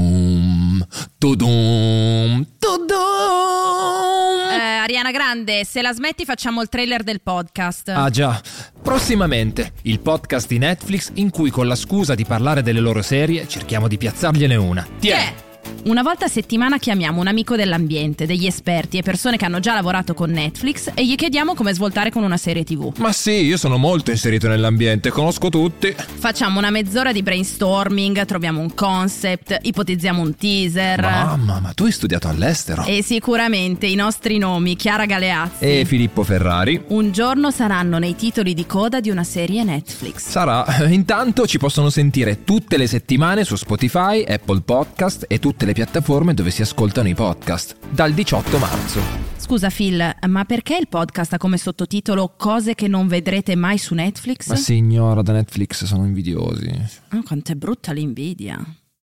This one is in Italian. Tudum, tudum, tudum. Eh, Ariana Grande, se la smetti facciamo il trailer del podcast. Ah già, prossimamente il podcast di Netflix in cui con la scusa di parlare delle loro serie cerchiamo di piazzargliene una. Chi Tiè! è? Una volta a settimana chiamiamo un amico dell'ambiente, degli esperti e persone che hanno già lavorato con Netflix e gli chiediamo come svoltare con una serie TV. Ma sì, io sono molto inserito nell'ambiente, conosco tutti. Facciamo una mezz'ora di brainstorming, troviamo un concept, ipotizziamo un teaser. Mamma, ma tu hai studiato all'estero? E sicuramente i nostri nomi, Chiara Galeazzi, E Filippo Ferrari? un giorno saranno nei titoli di coda di una serie Netflix. Sarà, intanto ci possono sentire tutte le settimane su Spotify, Apple Podcast e tutte le piattaforme dove si ascoltano i podcast, dal 18 marzo. Scusa Phil, ma perché il podcast ha come sottotitolo Cose che non vedrete mai su Netflix? Ma signora, da Netflix sono invidiosi. Ah, quanto è brutta l'invidia.